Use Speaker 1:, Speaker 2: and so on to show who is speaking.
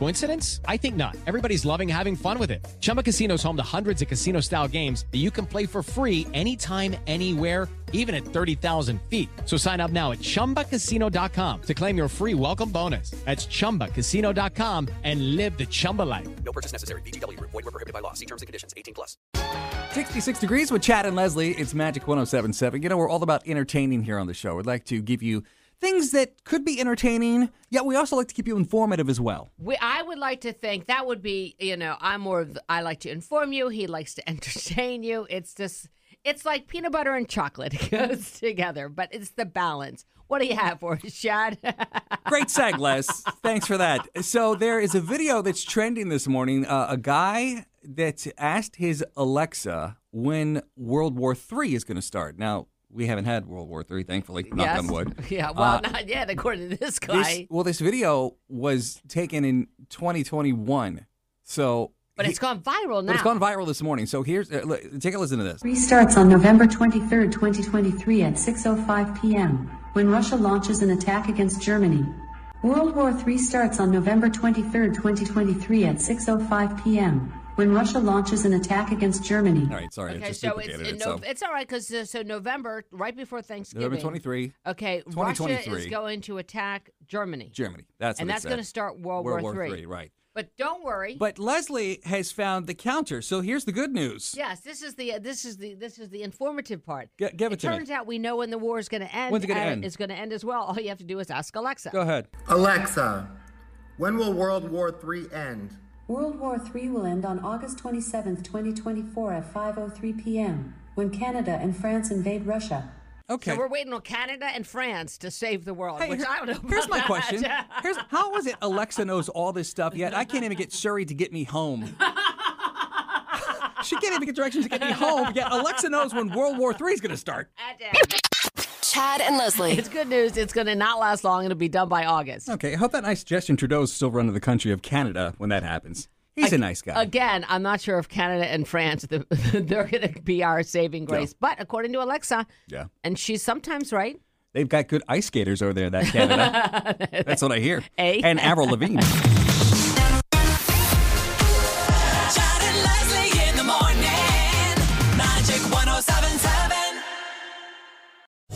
Speaker 1: Coincidence? I think not. Everybody's loving having fun with it. Chumba Casino is home to hundreds of casino style games that you can play for free anytime, anywhere even at 30,000 feet. So sign up now at ChumbaCasino.com to claim your free welcome bonus. That's ChumbaCasino.com and live the Chumba life.
Speaker 2: No purchase necessary. BGW. Void were prohibited by law. See terms and conditions. 18 plus.
Speaker 3: 66 Degrees with Chad and Leslie. It's Magic 1077. You know, we're all about entertaining here on the show. We'd like to give you things that could be entertaining, yet we also like to keep you informative as well.
Speaker 4: We, I would like to think that would be, you know, I'm more of, I like to inform you. He likes to entertain you. It's just, it's like peanut butter and chocolate it goes together, but it's the balance. What do you have for us, Chad?
Speaker 3: Great seg, Les. Thanks for that. So there is a video that's trending this morning. Uh, a guy that asked his Alexa when World War III is going to start. Now, we haven't had World War III, thankfully. Knock on wood. Uh,
Speaker 4: yeah, well, not yet, according to this guy.
Speaker 3: This, well, this video was taken in 2021. So,
Speaker 4: but it's gone viral now.
Speaker 3: but it's gone viral this morning. So here's, uh, li- take a listen to this.
Speaker 5: Restarts on November 23, 2023 at 6:05 p.m. when Russia launches an attack against Germany. World War III starts on November 23, 2023 at 6:05 p.m. when Russia launches an attack against Germany.
Speaker 3: All right, sorry. I
Speaker 4: Okay,
Speaker 3: just
Speaker 4: so it's
Speaker 3: duplicated
Speaker 4: in
Speaker 3: it, so.
Speaker 4: Nov it's all right because uh, so November, right before Thanksgiving.
Speaker 3: November 23,
Speaker 4: Okay, Russia is
Speaker 3: 2023.
Speaker 4: going to attack Germany,
Speaker 3: Germany. That's
Speaker 4: and
Speaker 3: what it
Speaker 4: that's going to
Speaker 3: said.
Speaker 4: start World,
Speaker 3: World
Speaker 4: War
Speaker 3: War
Speaker 4: Three.
Speaker 3: III, right.
Speaker 4: But don't worry.
Speaker 3: But Leslie has found the counter. So here's the good news.
Speaker 4: yes, this is the uh, this is the this is the informative part.
Speaker 3: G- give it to me.
Speaker 4: turns out we know when the war is going to end.
Speaker 3: When's it gonna
Speaker 4: and
Speaker 3: end?
Speaker 4: It's going to end as well. All you have to do is ask Alexa.
Speaker 3: Go ahead.
Speaker 6: Alexa, when will World War III end?
Speaker 5: World War III will end on August 27, 2024 at 5:03 p.m. when Canada and France invade Russia.
Speaker 3: Okay.
Speaker 4: So we're waiting on Canada and France to save the world,
Speaker 3: Hey,
Speaker 4: which
Speaker 3: here-
Speaker 4: I don't know.
Speaker 3: Here's
Speaker 4: about
Speaker 3: my
Speaker 4: that.
Speaker 3: question. Here's how is it Alexa knows all this stuff yet? I can't even get Suri to get me home. she can't even get directions to get me home. Yet Alexa knows when World War III is going to start.
Speaker 7: Chad and Leslie.
Speaker 4: It's good news. It's going to not last long. It'll be done by August.
Speaker 3: Okay. I hope that nice Justin Trudeau's still running the country of Canada when that happens. He's a nice guy.
Speaker 4: Again, I'm not sure if Canada and France the, they're going to be our saving grace, but according to Alexa,
Speaker 3: Yeah.
Speaker 4: and she's sometimes right.
Speaker 3: They've got good ice skaters over there. That Canada. That's what I hear.
Speaker 4: Eh?
Speaker 3: And Avril Lavigne.
Speaker 7: Chad and Leslie in the morning. Magic 1077.